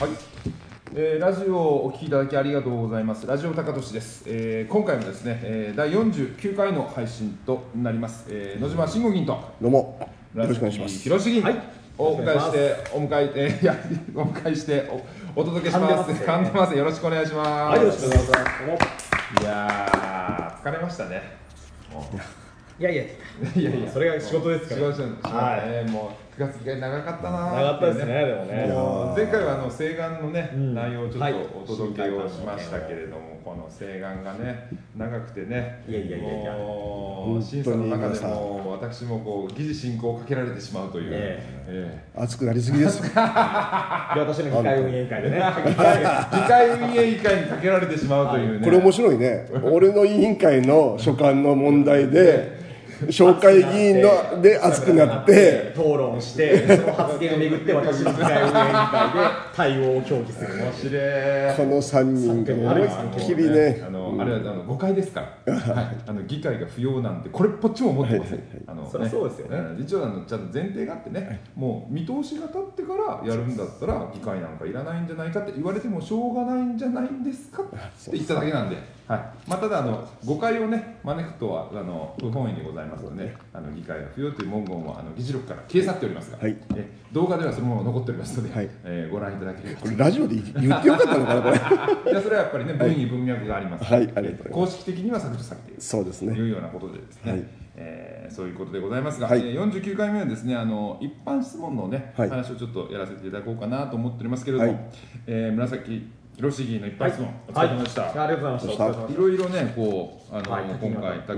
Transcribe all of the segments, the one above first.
はい、えーラジオをお聞きいただきありがとうございますラジオ高俊です、えー今回もですね、えー第49回の配信となります、えー野島慎吾銀とよどうも、よろしくお願いします。広重銀、をお迎えしよてお迎ええーいや お迎えしておお届けします噛んでますね噛んでますよろしくお願いします、はい、よろしくお願いします。いやー疲れましたねもういやいや、いやいやそれが仕事です違かうら。違う違う、はねもう9月が長かったなー長かったですね、でもね。もう前回はあの西岸のね、うん内容をちょはっいとお届けをしましたけれども、この西岸がね長くてねいやいやいやいやもう審査本当のに中でも私もこう疑似進行をかけられてしまうという、ええ熱くなりすぎです。で、私の議会運営委員会でね。え議会運営委員会にかけられてしまうというね、これ面白いね。俺の委員会の所管の問題で、紹介議員ので熱くなって、討論して、その発言をめぐって、私の議会運営委員会で対応を協議する。面白いこの3人が思いっきりねあ、のあれはあの誤解です から、はい、あの議会が不要なんてこれっぽっちも思ってません、あのそりゃそうですよねん一応あのちゃんと前提があってね、もう見通しが立ってからやるんだったら議会なんかいらないんじゃないかって言われてもしょうがないんじゃないんですかって言っただけなんで、はい。まあただあの誤解をね招くとはあの不本意にございますので、あの議会が不要という文言はあの議事録から消え去っておりますが、はいえ動画ではそのまま残っておりますので、はいえーご覧いただければと思いますこれラジオで言ってよかったのかな、これ。いやそれはやっぱりね文意文脈があります、はいありがとうご公式的には削除されているそうですとね。いうようなことでですね、はいえーそういうことでございますが、はいえー49回目はですねあの一般質問のね、はい話をちょっとやらせていただこうかなと思っておりますけれども、はいえー紫広重議の一般質問、はお疲れ様でした、ありがとうございました。お疲れ様でいしろいろね、こうあの、はい今回だけだった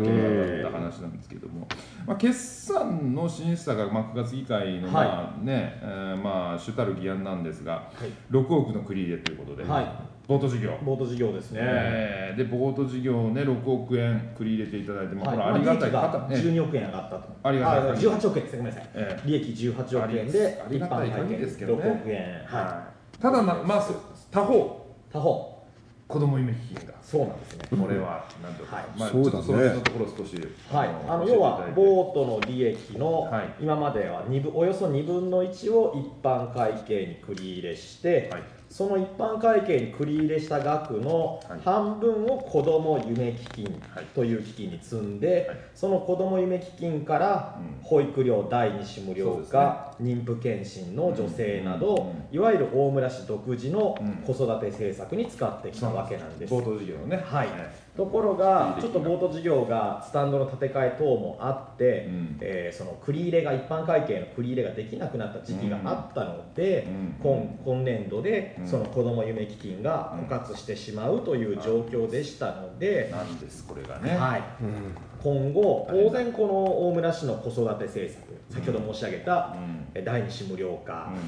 話なんですけども、まあ、決算の審査が、まあ、9月議会の、はいまあねえーまあ、主たる議案なんですが、い6億の繰り入れということで、はいボート事業、た。ボート事業ですね。えーでボート事業をね、6億円繰り入れていただいて、まあはいこれありがたい、ま方あ利ね益が12億円上がったと。ありがたい十18億円です。ごめんなさいえ。利益18億円であ、り一が般たい会限り計ですけどね6億円。ははいただな、まあ、そ他方、い。他方、子供夢基金が、そうなんですね。これは、なんとか、はいまあ、ちそょうっだねとその辺のところ、少し、はい、あの要はボートの利益のはい今までは2分およそ2分の1を一般会計に繰り入れして、はいその一般会計に繰り入れした額のはい半分を子ども夢基金はいという基金に積んで、はいその子ども夢基金からうん保育料第2子無料化、妊婦健診の助成など、うんうんいわゆる大村市独自のうん子育て政策に使ってきたわけなんです。ボート事業のね。はいねところいがいち出ょっ来とボート事業がスタンドの建て替え等もあって、うんえーその繰り入れが一般会計の繰り入れができなくなった時期があったので、うん今今年度でうんその子ども夢基金が枯渇してしまうという状況でしたので、なんですこれがね、はい、うん今後大変当然この大村市の子育て政策先ほど申し上げたうんえー第二子無料化、う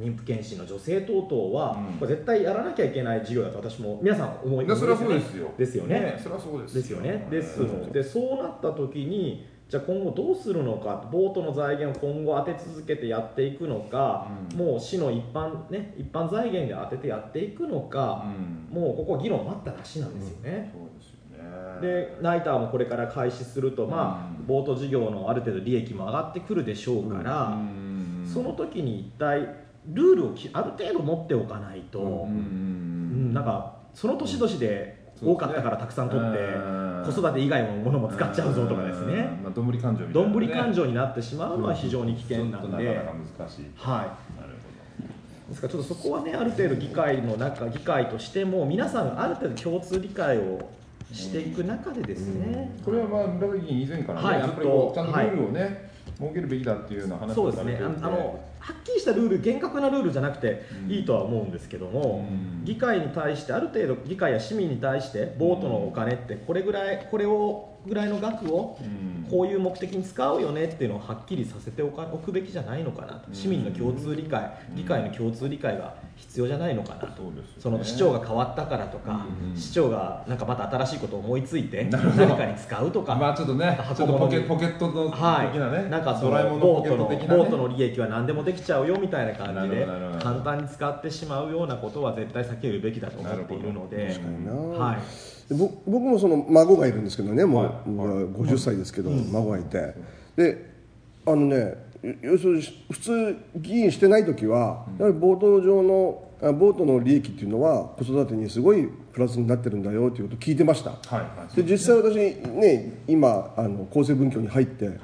妊婦健診の女性等々は、うんこれ絶対やらなきゃいけない事業だと私も皆さん思いん、でますそれはそうですよ。ですよねそれはそうです。ですよね。うんですので、そうなった時に、じゃあ今後どうするのか、ボートの財源を今後当て続けてやっていくのか、うんもう市の一般ね一般財源で当ててやっていくのうか、ん、もうここは議論待ったなしなんですよね。そうですよね。でナイターもこれから開始すると、まあうんボート事業のある程度利益も上がってくるでしょうから、うんその時に一体ルールをきある程度持っておかないと、うんうんうんなんかその年々で多かったからたくさん取って。うん子育て以外のものも使っちゃうぞとかですね、うんまあどんぶり感情みたいどな、んぶり感情情になってしまうのは非常に危険なんなかでなか、難しい。はなるい、ですからちょっとそこはね、ある程度、議会の中、議会としても、皆さんがある程度共通理解をしていく中でですね、ほど。これはまあ村木議員以前からね、はいやっぱりこうちずゃんっととルールをね、設けるべきだっていうような話そうですねあされてるんのあの、はっきりしたルール、厳格なルールじゃなくてうんいいとは思うんですけども。うん議会に対してある程度議会や市民に対してボートのお金ってこれぐらいこれをぐらいの額をうんこういう目的に使うよねっていうのをはっきりさせておかおくべきじゃないのかなとうん市民の共通理解、うん議会の共通理解が必要じゃないのかなと。そうですよねその市長が変わったからとか、うん市長がなんかまた新しいことを思いついてなるほど何かに使うとか、まあちょっとね、ちょっとポケポケットの的なはね、い、なんかそドのラえもんのボポーケトッのトボ的な、ね、ートの利益は何でもできちゃうよみたいな感じなるでほどなるほど簡単に使ってしまうようなことは絶対避けるべきだと思っているのなるほで確かにな。はい、でぼ僕もその孫がいるんですけどねもう,、はい僕は50歳ですけど、孫がいてであのねよ要するに普通議員してない時は、やはりボート上のあボートの利益っていうのは子育てにすごいプラスになってるんだよということを聞いてましたはいはいで実際私ね今あの厚生文教に入ってはい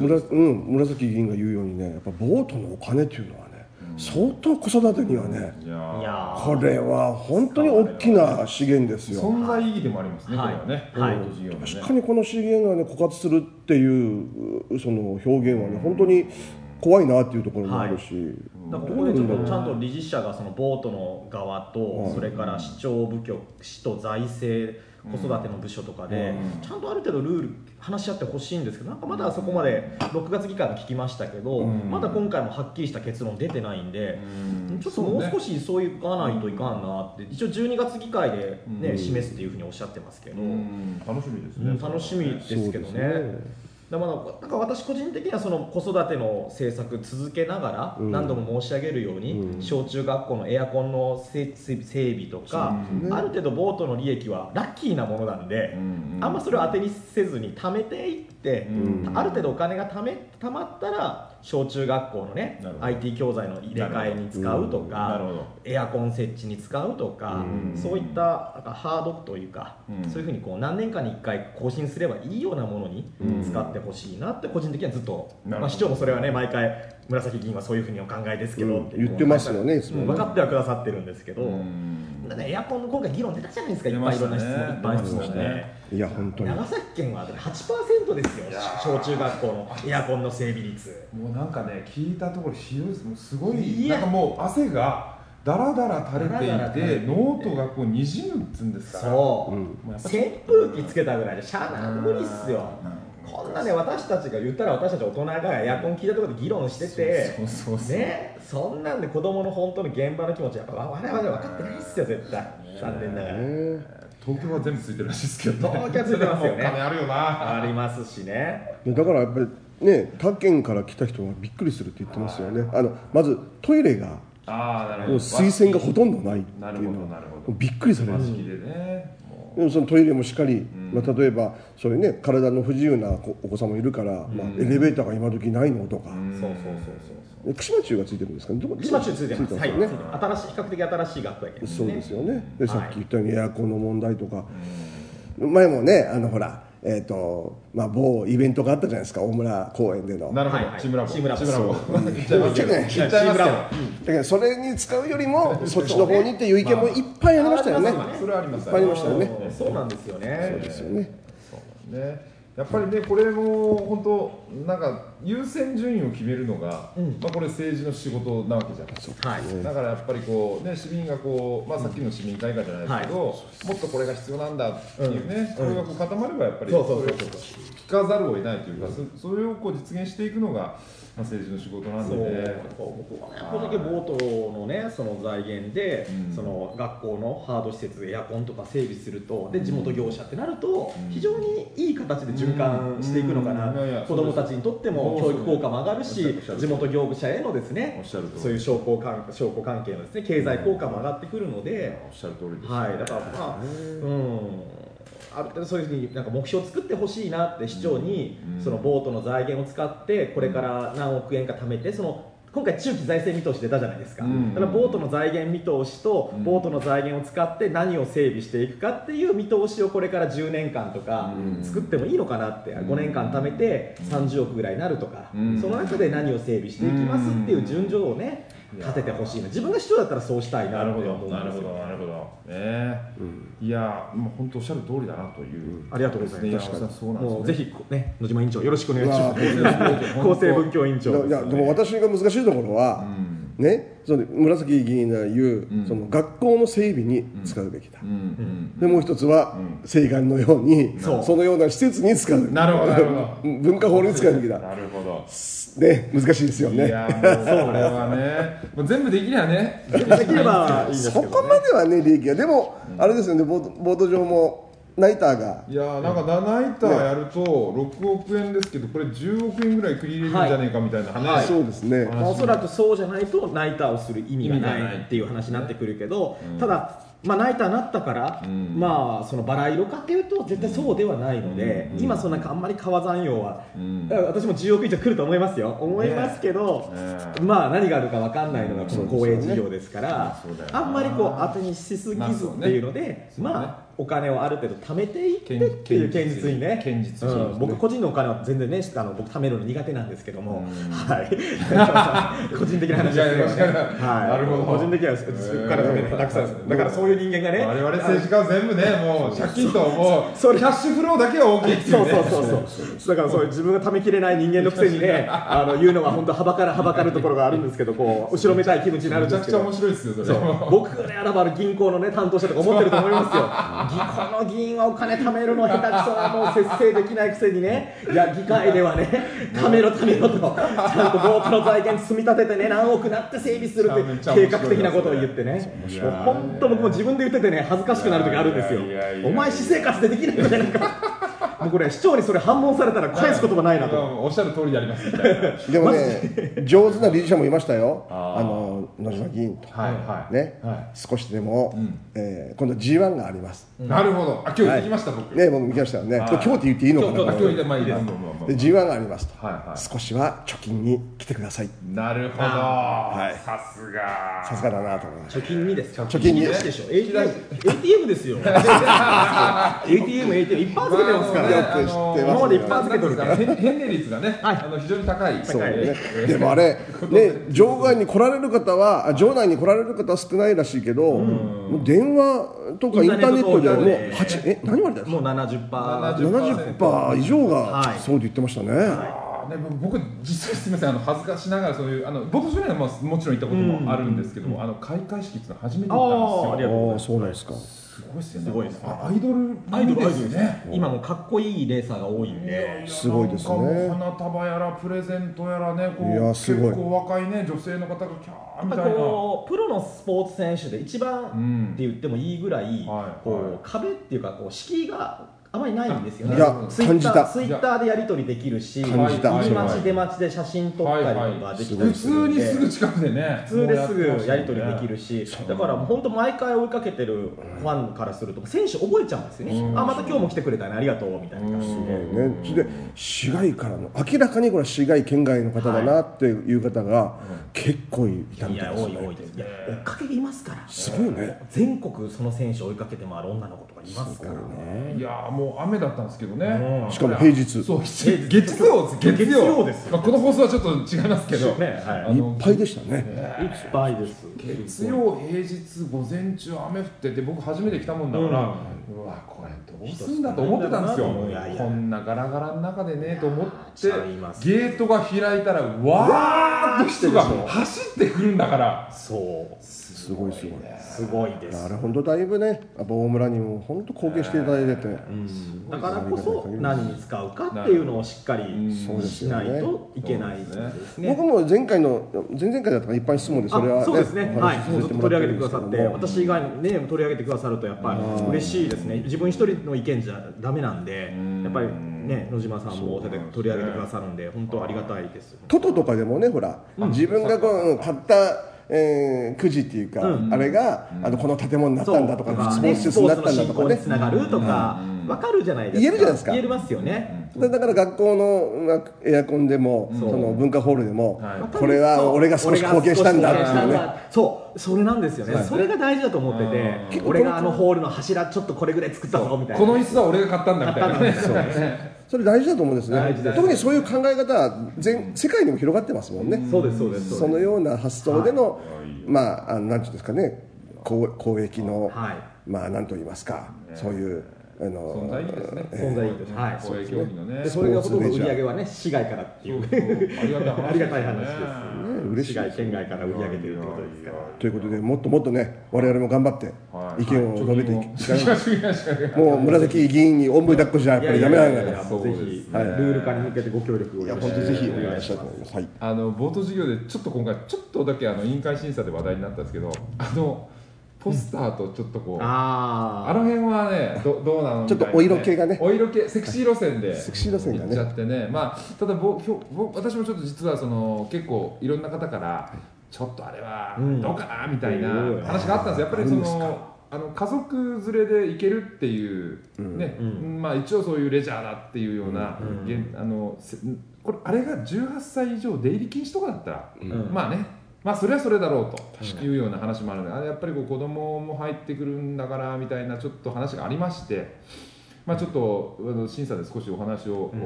むらうん、紫議員が言うようにねやっぱボートのお金っていうのはね、相当子育てにはね、いやーいやこれは本当に大きな資源ですよ存在意義でもありますね、はいこれはね、はロいボット事業のね確かにこの資源がね枯渇するっていうその表現はね本当に怖いなっていうところもあるし、だからここでちょっとちゃんと理事社がそのボートの側とそれから市長部局市と財政子育ての部署とかでちゃんとある程度ルール話し合ってほしいんですけどなんかまだそこまで6月議会も聞きましたけどうんまだ今回もはっきりした結論出てないんでうんちょっともう少しそういかないといかんなって一応12月議会でうんね示すっていうふうにおっしゃってますけうどん楽しみですうねん楽しみですけどねだからまだなんか私個人的にはその子育ての政策続けながらうん何度も申し上げるように、うん小中学校のエアコンのせ整備とか、そうですねある程度ボートの利益はラッキーなものなんで、んあんまそれを当てにせずに貯めていって、うんある程度お金が貯め貯まったら小中学校のねなるほど IT 教材の入れ替えに使うとなるかほどエアコン設置に使うとか、うんそういったなんかハードというか、うんそういうふうにこう何年間に1回更新すればいいようなものにうん使ってほしいなって個人的にはずっと、なるほどまあ、市長もそれはね毎回紫議員はそういうふうにお考えですけどって、うん言ってますよねいつもね分かってはくださってるんですけど、うんだからねエアコンの今回議論出たじゃないですかい出っまぱいしいたねろんな質問、一般質問出ましして、たねいや本当に長崎県は8%ですよ小中学校のエアコンの整備率もうなんかね聞いたところひどいですもうすごいいなやんかもう汗がだらだら垂れていだらだら垂れてていてノートがこうにじむっつうんですからそう、うんもうやっぱ扇風機つけたぐらいでしゃあない無理っすようんこんなね私たちが言ったら私たち大人がエアコン聞いたところで議論しててそうそうそうねそんなんで子供の本当の現場の気持ちやっぱ我々は分かってないっすよ絶対残念ながらね東京は全部ついてるらしいですけど、東京はつい てますよね金あるよなありますしねでだからやっぱりね他県から来た人はびっくりするって言ってますよねあのまずトイレがああなるほもうど水洗がほとんどないってないるうほどのなはるほもうどびっくりされ和ます式でねもうでもそのトイレもしっかり、んまあ、例えばそういうね体の不自由なおお子さんもいるから、まあ、エレベーターが今時ないのとか、うんそうそうそうそうそうで串間中がついてるんですかねどこ一番中ついてますよはいね、新しい比較的新しい学校やけどねそうですよねうでんさっき言ったようにエアコンの問題とか、前もねあのほらえっ、とまあ某イベントがあったじゃないですか大村公園でのなるほはいはどいチームラボチームラボ行っちゃいますよ行っちゃいますよ行っちゃチームラボだからそれに使うよりもそっちの方にっていう意見もいっぱいありましたよね。まあそれはありますいっぱいありましたよねうんそうなんですよねそうですよね。そうなんねやっぱりねこれも本当なんか優先順位を決めるのが、うんまあこれ政治の仕事なわけじゃないですかはいだからやっぱりこうね市民がこうまあさっきの市民大会じゃないですけど、もっとこれが必要なんだっていうね、うんこれがこう固まればやっぱりそうそうそうれをこ聞かざるを得ないというか、そそれをこう実現していくのが、まあ、政治の仕事なんそでう、ね。僕はね、これだけボートのね、その財源で、うんその学校のハード施設、エアコンとか整備すると、で地元業者ってなると、うん非常にいい形で循環していくのかな、うんうんいやいや子どもたちにとってもそう教です育効果も上がるおっしゃるしおっしゃ、る地元業者へのですおねっ、しゃるそ通ういり。う商工関商工関係のですね経済効果も上がってくるので、おっしゃる通りです。はい、だからまあ、うん、ある程度そういうふうになんか目標を作ってほしいなって市長に、うんそのボートの財源を使ってこれから何億円か貯めてその今回中期財政見通し出たじゃないですか、うんだからボートの財源見通しと、うんボートの財源を使って何を整備していくかっていう見通しをこれから10年間とかうん作ってもいいのかなって、うん5年間貯めて30億ぐらいになるとか、うんその中で何を整備していきますっていう順序をねうん立ててほしいな自分が市長だったらそうしたいななってる思ほどうんです、なるよほど、なるほど。ねえ、いやー、もう本当おっしゃる通りだなという。ありがとうございますねやそうなんですねもう ぜひね野島委員長よろしくお願いしままあす。構 厚生文教委員長いやでも私が難しいところうは、ん。ね、その紫議員が言う、うんその学校の整備に使うべきだう、ん。でもう一つは、う請願のようにそそうのような施設に使うべうきん。だなるほど、なるほど。文化法に使うべきだ、なるほど。ね、難しいですよいねやー、もうこれはね、もう全部できりゃね。 できればいいんですそけど、こまではね利益がでも、あれですよねボートボート上もナイターがいやーなんか7板やると6億円ですけどこれ10億円ぐらい繰り入れるんじゃねえかみたいな話、はいそうですね、まあおそらくそうじゃないとナイターをする意味が意味がなないいっていう話になってくるけど、うんただまあ、ナイターなったから、うんまあそのバラ色かっていうと絶対そうではないので、うん今そんなあんまり川山用は、うんだから私も10億以上来ると思いますよ思いますけど、まあ何があるかわかんないのがこの公営事業ですから、そうですよねあんまりこう当てにしすぎまあずそっうてねいうので、そうねまあお金をある程度貯めていってっていう堅堅実実ににね堅実にそうですねうん、僕個人のお金は全然ねあの僕貯めるの苦手なんですけどうも、んはい個人的な話ですいけやどいね、やはい、なるほど個人的にはお金貯めるの下手くそですだからそういう人間がね我々政治家は全部ねもう借金ともうキそれャッシュフローだけは大きいっていそううねそうそうそうだからそういう自分がためきれない人間のくせにねあの言うのは本当はばからはばかるところがあるんですけどこう後ろめたい気持ちになるんめちでゃくすけちゃど面白いですよそれ そう僕であらば銀行の、ね、担当者とか思ってると思いますよ、ぎこの議員はお金貯めるの下手くそはもう節制できないくせにね、いや、議会 ではね、貯めろ、貯めろと、ちゃんとボートの財源積み立ててね、何億なって整備するって計画的なことを言ってね、もう本当、僕も自分で言っててね、恥ずかしくなる時あるんですよいやいやいやい、やお前、私生活でできないみたいな、もうこれ、市長にそれ反問されたら返す言葉ないなと。やおっしゃる通りでありますみたい なはいでもね、上手な理事者もいましたよ、あーあの野島議員と、はいねは少しでも、うんえー今度 G1 があります、いなるほどあ今日行きました僕ね、僕、見ましたよね、はいこれ今日って言っていいの今か日な、今こ日れ今日まあいいですもうもうもうで G1 がありますと、はいはい少しは貯金に来てください、なるほどいさすがさすがだなと思いました。貯金にですか貯金に引き出しでしょ ATM, ATM で すよ ATM、ATM 一般付けてますからねあのよく知ってます今まで一般付けてるからな返礼率がね、はいあの非常に高いそうねえ、ーでもあれ、ね、場外に来られる方は、あ場内に来られる方は少ないらしいけど、もう電話とかインターネットではもうインターネット8、え、何割だよ、もう70% 70 70%以上はがいそうで言ってましたね。あーね、僕、実際すみません、あの恥ずかしながら、そういう、あの、僕、それは、まあ、もちろん行ったこともあるんですけども、あの、開会式っていうのは初めて行ったんあでりがとあうございまあ、すそうなんですか。すよ。すごいですよね。すごいですねあアイドル、アイドルいいアイドルですですね。今もうかっこいいレーサーが多いんでごいすごいですねなんかもう花束やら、プレゼントやらね、こう、いやすごい結構若いね、女性の方がキャーやみったいぱな。こうプロのスポーツ選手で一番って言ってもいいぐらい、んはいはこいう壁っていうかこう敷居があまりないんですよねいやツイッ感じタたーツイッターでやり取りできるし感じた入りはいは待いち出待ちで写真撮ったりとかできた普りする通んでにすぐ近くでね。普通ですぐやり取りできる。るし、だからもう本当、毎回追いかけてるファンからすると、選手覚えちゃうんですよね、うんあまた今日も来てくれたね、ありがとうみたいな感じで、ね、それで市外からの明らかにこれは市外県外の方だなっていう方が結構いたいみたや、いです多い、ね多いです、いや、追っかけていますから、すごいね全国、その選手追いかけて回る女の子とかいますからね、いやーもう雨だったんですけどねう、んしかも平日そう月月曜です月曜ですまよあ、この放送はちょっと違いますけど、ねはいあいのっぱいでしたねいっぱいです、月曜平日午前中雨降ってて僕初めて来たもんだから、うわこれどうすんだと思ってたんですよ人少ないんだなと思ういやいやこんなガラガラの中でねと思って違ゲいますートが開いたらわーっと人が走ってくるんだからそう、すごいすごいすごいでいやあす。れ本当だいぶねやっぱ大村にも本当貢献していただいててうんだからこそ何に使うかっていうのをしっかりそうですしよなねいといけないですそうでね。僕も前回の前々回だったから一般質問でそれはあそうですね、おはい話し、もうさせずっとも取らり上るげんでてくすけださどもって、私以外のね、取り上げてくださると、やっぱり嬉しいですね、自分一人の意見じゃだめなんでうん、やっぱりね、野島さんも取り上げてくださるんで、本当ありがたいです。トトとかでもねほら、自分がこう買った、えーくじっていうか、うんあれが、あのこの建物になっそたうんだとかスポーねツス施設になポったーツのんだ進とか行にねつながるとか、わかるじゃないですか。言えるじゃないですか言えますよね。でだから学校のまあエアコンでも、んその文化ホールでも、はいわかるこれは俺が少し貢献したんだっていう俺が少し貢献したんねだそうそれなんですよねそれが大事だと思っててうん俺があのホールの柱ちょっとこれぐらい作ったぞみたいこなの椅子は俺が買ったんだみたいなねそれ大事だと思うんです大事ね大事特にそういう考え方は全世界にも広がってますもんね、そうですそうですそのような発想での、はいまああのなんていうんですかね公公益の、はいまあなんと言いますか、そういうあ存の在いいですね存在いいですはい公営競技のねでそれがほとんど売り上げはね市外からっていうありがたい話ありがたい話ねです嬉しい市外県外から売り上げてるってことですからということでもっともっとね我々も頑張ってはい意見を述べていき、きもう紫議員におんぶに抱っこじゃやっぱりダメなんだからそうそうぜですひねはいルール化に向けてご協力をいやよろし本く当にぜひお願いしたいと思います、はい、あの冒頭授業でちょっと今回ちょっとだけあの委員会審査で話題になったんですけどあのポスターとちょっとこう、ああの辺はねどどうなのみちたょいっなとお色気がねお色気セクシー路線でセクシー路線が行っちゃねってね、まあ、ただぼひょぼ私もちょっと実はその結構いろんな方からちょっとあれはうんどうかなみたいなうん話があったんですよ、やっぱりそあるんですのあの家族連れで行けるっていう、ねうんまあ、一応そういうレジャーだっていうような、うんげんあのせこれあれが18歳以上出入り禁止とかだったら、うんうんまあねまあそれはそれだろうというような話もあるのであれやっぱりこう子供も入ってくるんだからみたいなちょっと話がありまして、まあ、ちょっとあの審査で少しお話を、うん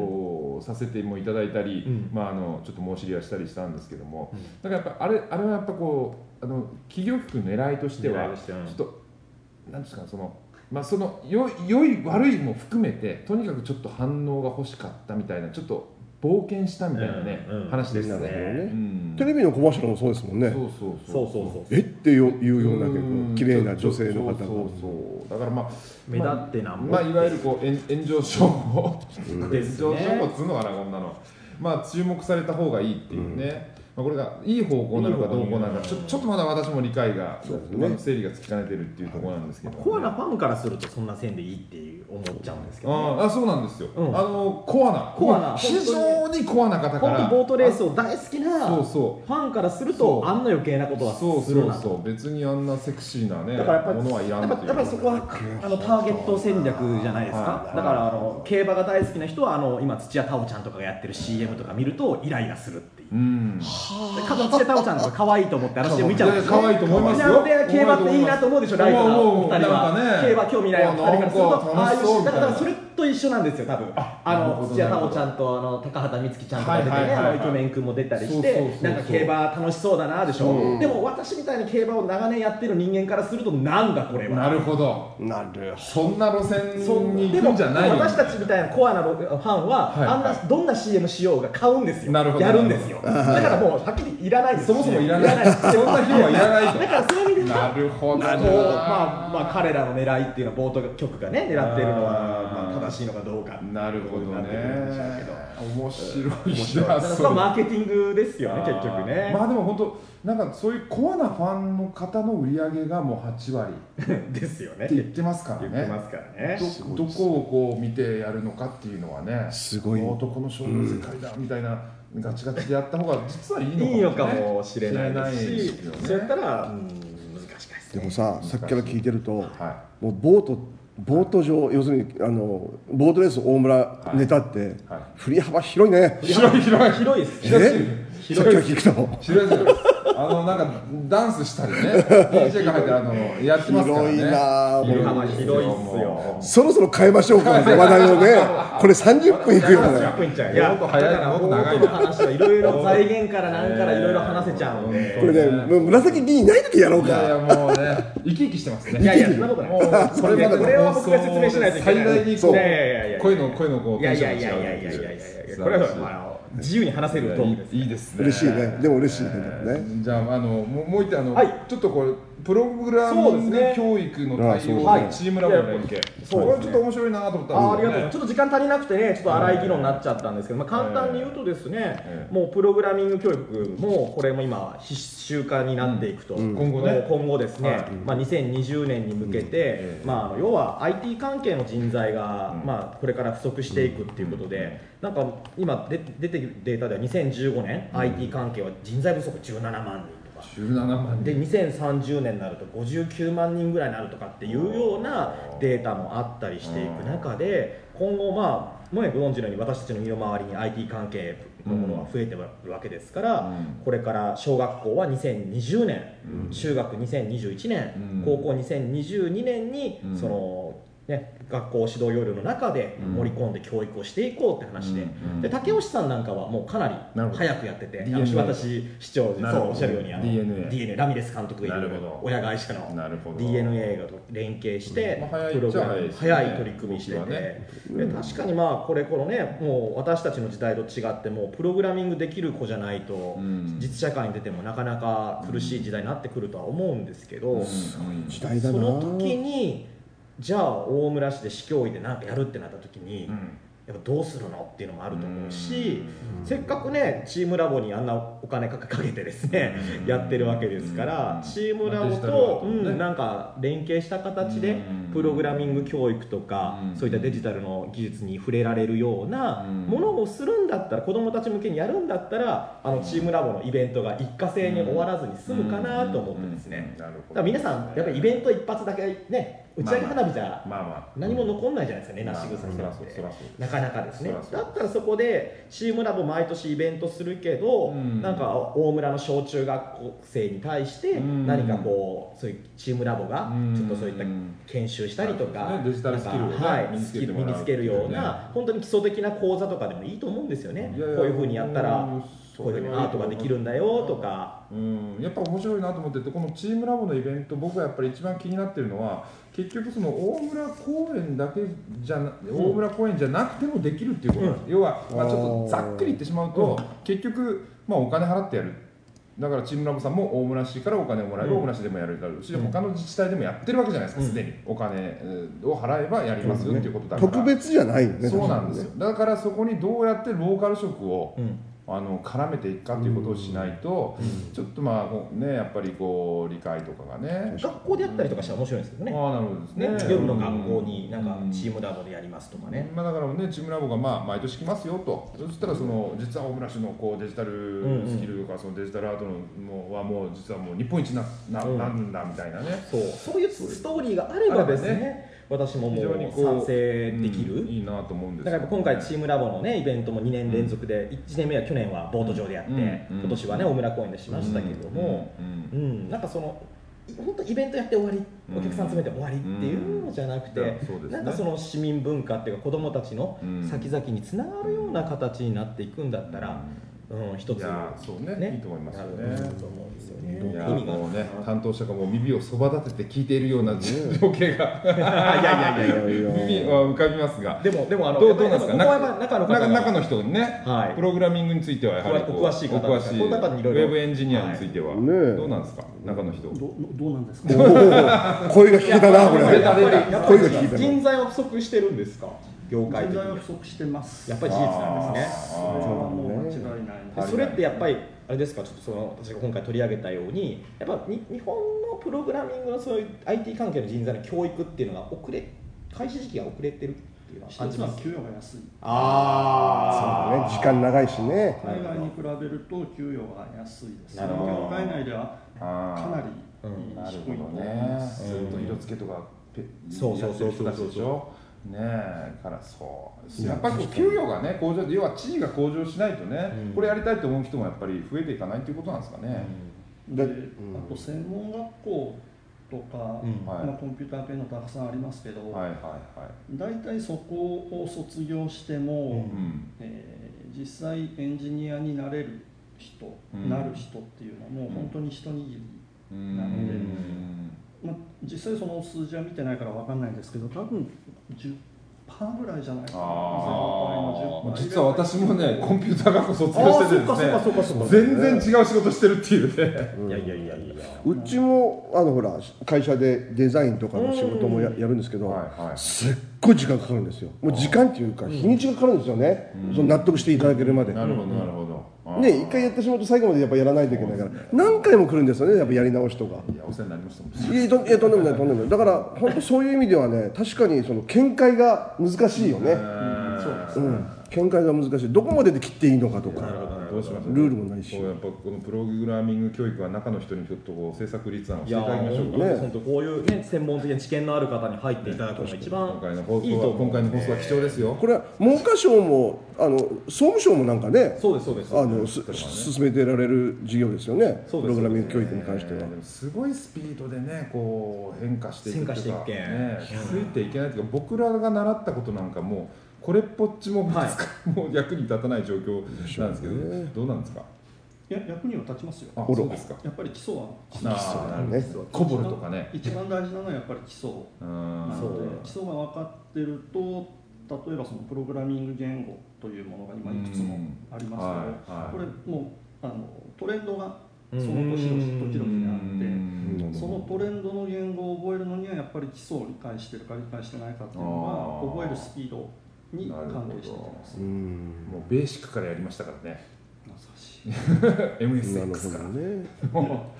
おさせてもいただいたり、うんまあ、あのちょっと申し入れはしたりしたんですけども、うんだからやっぱあれあれはやっぱこうあの企業局の狙いとしては狙いとしてはうんちょっとなんですかその。まあ、そのよ良い悪いも含めてとにかくちょっと反応が欲しかったみたいなちょっと冒険したみたいなね、うんうん話ですなるほどね。ねうんテレビのコマーシャルもそうですもんねそうそうそそううそうそうえっていういうような結ん構綺麗な女性のそ方うそがうそうだからまあ目立ってなんぼまあいわゆるこう炎炎上商法炎ですね上商法っつうのかなこんなのまあ注目された方がいいっていうね、まあ、これがいい方向なのかどうこうなのかちょちょっとまだ私も理解が、そうですねまあ整理がつきかねてるっていうところなんですけど、コアなファンからするとそんな線でいいっていう思っちゃうんですけど、ね、ああそうなんですよ、うんあのコアなコアな非常にコアな方か本ら当ボートレースを大好きなあそうフそうァンからするそうとあんな余計なことはそうすそるうなとそう別にあんなセクシーなねだからやっぱりものはいらんやっってぱいうやっぱりそこはあのターゲット戦略じゃないですか、はいだからあの競馬が大好きな人はあの今土屋太鳳ちゃんとかがやってる CM とか見るとイライラするっていう、うんでか土屋太鳳ちゃんとか可愛いと思って私も見ちゃうんですよ可愛いと思いますよなので競馬っていいなと思うでしょライトなお二人思う思うなんは、かね競馬興味ないお二人からするなんかとああい楽しそうみたいなうだからだからそれと一緒なんですよ多分あなるほのど土屋太鳳ちゃんとあの高畑充希ちゃんとか出てね、はいはいはいはいあのイケメン君も出たりしてそうそうそうそうなんか競馬楽しそうだなでしょ、うんでも私みたいに競馬を長年やってる人間からするとなんだこれはなるほどなるそんな路線そんに行くんじゃないでも私たちみたいなコアなファンは、はいあんなどんな CM しようが買うんですよなるほどやるんですよだからもうはっきりいらないですそもそもいらないそんな日はいらないとだからそういう意味ではなるほどまなあこうまあまあ彼らの狙いっていうのはボート局がね狙っているのはあーまあ、正しいのかどうかっていうなるほどなってくるんでしょうけどね面白い面白いなだからそこはマーケティングですよね結局ね、まあでも本当なんかそういうコアなファンの方の売り上げがもう8割っですよねて言言っってますからてねますからねどどこをこう見てやるのかっていうのはねすごい男の勝負の世界だみたいな、ガチガチでやった方が実はいいいいののかかも,、ね、もしれないですし知れないですよねそうやったら、うん、難しいですでねもささっきから聞いてるともはうボートボート上要するにあのボートレース大村ネタっていはい振り幅広いねい、広い広い広いです広いえさっきから聞くと白いですよあのなんかダンスしたりね DJ が入ってあのやってますからね広いなあ広幅広いっすよもうそろそろ変えましょうか話題をねこれ30分いくよねいやや、もっと早いだからもっと長いなボートの話はいろいろ財源からなんからいろいろ話せちゃうので、これねもう紫銀いない時やろういやいかやもうね生き生きしてますねいやいやそんなことないもうこれまでのこれは僕が説明しないといけない最大にこういやいやいやいや声の声のこういやいやいやいやいやいやいやいや、これは、まあ、自由に話せると思うんですいいですね嬉しいねでも嬉しいねでもねじゃああのもうもう一点あの、はいちょっとこれプログラそうミですング教ね育のああ対そう応だのねチームラボの連携、そうこでれちすねょっと面白いなと思ったあーあんりがとう、ですちょっと時間足りなくてね、ちょっと荒い議論になっちゃったんですけど、まあ、簡単に言うとですね、ええもうプログラミング教育も、これも今、必修化になっていくと、ん今後ねもう今後ですね、はいまあ、2020年に向けて、ええまああの、要は IT 関係の人材が、まあ、これから不足していくっていうことで、なんか今で、出てるデータでは2015年、IT 関係は人材不足17万人とか。 17万人で2030年になると59万人ぐらいになるとかっていうようなデータもあったりしていく中で今後まあもうねご存知のように私たちの身の回りに IT 関係のものは増えてるわけですから、うんこれから小学校は2020年、中学2021年、うん高校2022年に、うんその。ね、学校指導要領の中でうん盛り込んで教育をしていこうって話うで,、んで竹内さんなんかはもうかなりなるほど早くやってて DNA 私市な長るそほどうおっしゃるようにあの DNA DNA ラミレス監督がいなるるほど親会社のなるほど DNA が連携してまあ早いプログラムじゃあ早いですね早い取り組みしてて、動きはねで確かにまあこれこのねもう私たちの時代と違ってもうプログラミングできる子じゃないとうん実社会に出てもなかなか苦しい時代になってくるとは思うんですけど、時代だそなの時にじゃあ大村市で市教委で何かやるってなった時に、うんやっぱどうするのっていうのもあると思うし、せっかくねチームラボにあんなお金かけてですね、やってるわけですから、チームラボと、うんうんなんか連携した形で、うんプログラミング教育とか、うんそういったデジタルの技術に触れられるようなうんものをするんだったら子どもたち向けにやるんだったらあのチームラボのイベントが一過性に終わらずに済むかなと思ってですね。うんなるほどだから皆さんやっぱりイベント一発だけね打ち上げ花火じゃまあまあ何も残んないじゃないですかね、まなあし草になっそらそうてそらそうですなかなかですねそらそうだったらそこでチームラボ毎年イベントするけど、うんなんか大村の小中学校生に対してうん何かこうそういうチームラボがうんちょっとそういった研修したりそとうかですねデジタルスキルをねなんかはい身につけてもら身うにつけるような本当に基礎的な講座とかでもいいと思うんですよねいやいやこういうふうにやったらうんこういうふうにアートができるんだよとかうん、やっぱ面白いなと思っててこのチームラボのイベント僕がやっぱり一番気になってるのは結局その大村公園だけじゃな、大村公園じゃなくてもできるっていうことなんです、要は、まあ、ちょっとざっくり言ってしまうと、結局、まあ、お金払ってやるだからチームラボさんも大村市からお金をもらえばうん大村市でもやるだろうし、他の自治体でもやってるわけじゃないですかすで、にお金えーを払えばやりますよっていうことだから、特別じゃないよねそうなんですよ、だからそこにどうやってローカル色をうんあの絡めていくかということをしないと、ちょっとまあこうねやっぱりこう理解とかがね。学校でやったりとかしたら面白いんですけどねああなるほどですね。ね夜の学校になんかうんチームラボでやりますとかね、まあ、だからねチームラボがまあ毎年来ますよとそしたらその実は大村市のこうデジタルスキルとかそのデジタルアートのもうはもう実はもう日本一ななうんなんだみたいなねそうそういうストーリーがあればですねあれば私もも非常にうこう賛成できうんる、いいなと思うんですだからやっぱ今回チームラボのねイベントも2年連続で、1年目は去年はボート場でやって、うんうん今年はね大村公園でしましたけども、うんうんうんなんかその本当イベントやって終わりお客さん詰めて終わりっていうのじゃなくて、うんそうですねなんかその市民文化っていうか子どもたちのうん先々につながるような形になっていくんだったら、うん一いつやーそうねいいと思いますよねなると思うんですよねいや意味があるもうね担当者がもう耳をそば立てて聞いているような状況が いやいやいいややいや耳は浮かびますがでもでもあのどうどうなんですかここはやっぱ中の方が中中の人にね、はいプログラミングについてはやはりこうお詳しい方お詳しいこの中にいろいウろェブエンジニアについては、はいねえどうなんですか中の人どどうなんですかおー声が聞けたな これやっぱりやっぱ声が聞けりた人材は不足してるんですか業界的人に材はは不足してますやっぱり事実なんですねそれはもう間違いないでですそれってやっぱりあれですかちょっとその私が今回取り上げたようにやっぱり日本のプログラミングのそういう IT 関係の人材の教育っていうのが遅れ開始時期が遅れてるっていうのは感一じつまはす給与が安いそうだねあ時間長いしね海外に比べると給与が安いですなるほど業界内ではかなりうんなる低ほいとど思いねます、ずっと色付けとかペそうそうそうそうやってる人たちでしょねえからそうやっぱりこう給与がね向上要は地位が向上しないとね、うんこれやりたいと思う人もやっぱり増えていかないということなんですかね、だであと専門学校とうか、んはいまあ、コンピューター系のたくさんありますけど、はいはいはい大体そこを卒業しても、うんえー実際エンジニアになれる人、うんなる人っていうのはもう本当に一握り、うんなのでまあ、実際その数字は見てないからわかんないんですけど多分10%ぐらいじゃないかなあ全体のあ10%実は私もねコンピューター学校卒業しててですねうかそう全然違う仕事してるっていうねいやいやいやいやうちもあのほら会社でデザインとかの仕事もややるんですけど、はいはいすっごい時間かかるんですよもう時間っていうか日にちがかかるんですよね、その納得していただけるまで、なるほどなるほどあーね一回やってしまうと最後までやっぱやらないといけないから何回も来るんですよねやっぱやり直しとかいやお世話になりましたもんいやとんいやとんでもないとんでもないだから本当そういう意味ではね確かにその見解が難しいよね、うんそうですうん、見解が難しいどこまでで切っていいのかとかどうしましょうルールもないしこうやっぱこのプログラミング教育は中の人にちょっとこう制作立案をしいていやただきましょう本か当に本当こういうね専門的な知見のある方に入っていただくのが一今回の放番いい送とは思う今回の放送は貴重ですよこれは文科省もあの総務省もなんかねそうですそうですあのす進めてられる事業ですよねそうプですログラミング教育に関してはえーでもすごいスピードでねこう変化していく変化していくけんねついていけないというか僕らが習ったことなんかもうこれっぽっちもぶつか もう役に立たない状況なんですけど、どうなんですかいや役には立ちますよあらそうですかやっぱり基礎はなあなるほどコボルとかね一番大事なのはやっぱり基礎うんなのでそう基礎が分かってると例えばそのプログラミング言語というものが今いくつもありうますけんはいはいど、これもうあのトレンドがその年々時々にあって。うんそのトレンドの言語を覚えるのにはやっぱり基礎を理解してるか理解してないかっていうのあーは覚えるスピードになるほ関ど係してきてますう。んもうベーシックからやりましたからね優しいなる MSX ほかどらねも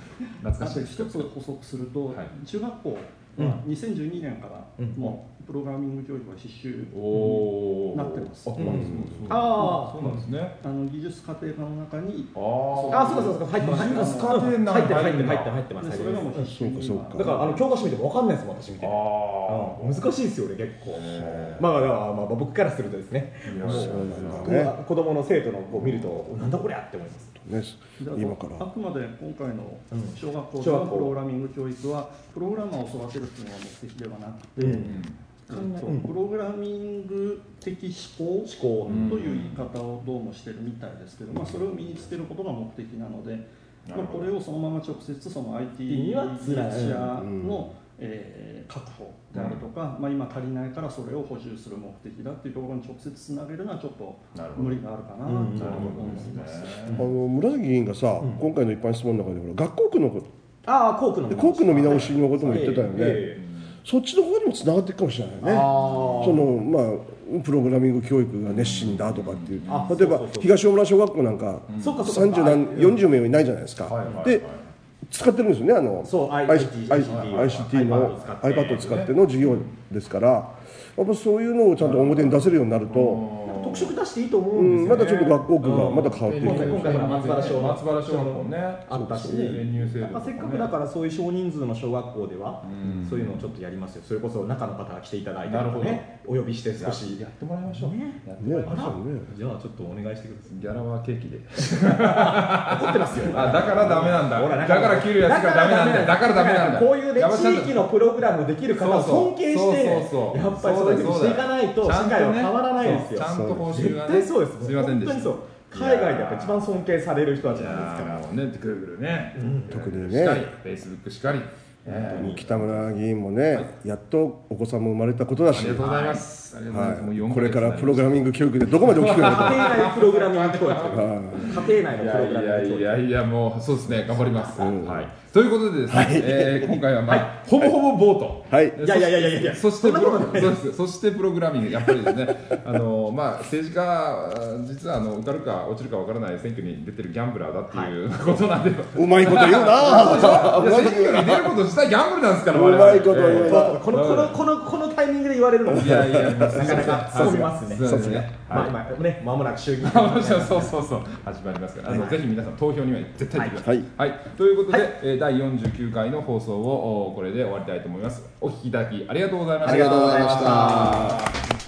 う懐あかしとい一つ補足すると、はい中学校は2012年からもうプログラミング教育は必修おおなってますあ、うんああそうなんですねあの技術家庭科の中にあーあそうかそうか入ってます入ってます技術家庭内入ってる入ってる入ってる入ってますでそれがもう必修にそうかそう今だからあの教科書見ても分かんないです私見ててあうん難しいですよね結構ーまあまあまあまあ僕からするとですねいやもうそうだなな子供子供の生徒のこう見るとなんだこりゃって思いますねだ今からあくまで今回のうん小学校で小の学校プログラミング教育はプログラマーを育てるっていうのが目的ではなくうて、うんんえっとうんプログラミング的思考思考うんという言い方をどうもしてるみたいですけど、まあ、それを身につけることが目的なので、なまるあ、ほこどれをそのまま直接その IT に技はつ術な者いの、えー確保であるとか、まあ、今足りないからそれを補充する目的だっていうところに直接つなげるのはちょっとなるほど無理があるかなとう思んなるほどですいねます。あの村崎議員がさ、うん今回の一般質問の中でほら学校区のことああ校区ので見校直し区の見直しのことも言ってたよね、ええそっちの方にもつながっていくかもしれないよねあーそのまあプログラミング教育が熱心だとかっていうあ例えばそうそうそう東大村小学校なんかそっかそっか30何40名はいないじゃないですか、はいはいはいで使ってるんですよねあのそう I- ICT I- はい ICT の iPad iPad をを使使っってての授業ですからやっぱそういうのをちゃんと表に出せるようになると、なんか特特色出していいと思ううんですん、よ、ねまたちょっと学校区がまた変わっていく今回今回ほら松原小松原小学校ねあったし、そうですね練乳制度なんとかねせっかくだからそういう少人数の小学校では、うんそういうのをちょっとやりますよそれこそ中の方が来ていただいて、なるほどねお呼びして少しやってもらいましょうねやってもねらいましょうそうねじゃあちょっとお願いしてくださいギャラはケーキで怒ってますよあだからダメなんだだから給料安いからダメなんだよだからダメなんだこういうねやばちゃん地と域のプログラムできる方を尊敬してそうそうそうそうやっぱりそういうふうにしていかないとちゃんね社会は変わらないですそうよちゃんと報酬絶がね対そうですすいませんでした本当にそう海外でやっぱ一番尊敬される人たちなんですからもうねぐるぐるね、特にねしかりフェイスブックしかり、えー北村議員もね、やっとお子さんも生まれたことだあしりがとうございます、ありがとうございますもうは四い、ヶこれからプロ月グラミング教育でどこまで大きくなるか家庭内プログラミング教育家庭内にのなプロりますいやいグラミング教やい育やいやもうそうですね頑張ります、んはいということでですね、えー今回はまあ、ほぼほぼボート、はいいやいやいやいやいやそしてそんなプこロとないそうですそしてプログラミングやっぱりですねあのまあ政治家あー実はあの受かるか落ちるかわからない選挙に出てるギャンブラーだっていうことなんで、うまいこと言ういや選挙なに出ること自体ギャンブルなんですからうまいこと我々言うなこのこのこのこのタイミングで言われるのもいやいや、ななかなか突っ込みますねそうですね。まあはい。今ねまもなく衆議院あのそうそうそう始まりますから、あのぜひ皆さん投票には絶対行ってください。はい、ということで、えー第49回の放送をおこれで終わりたいと思います。お聞きいただきありがとうございました。。ありがとうございました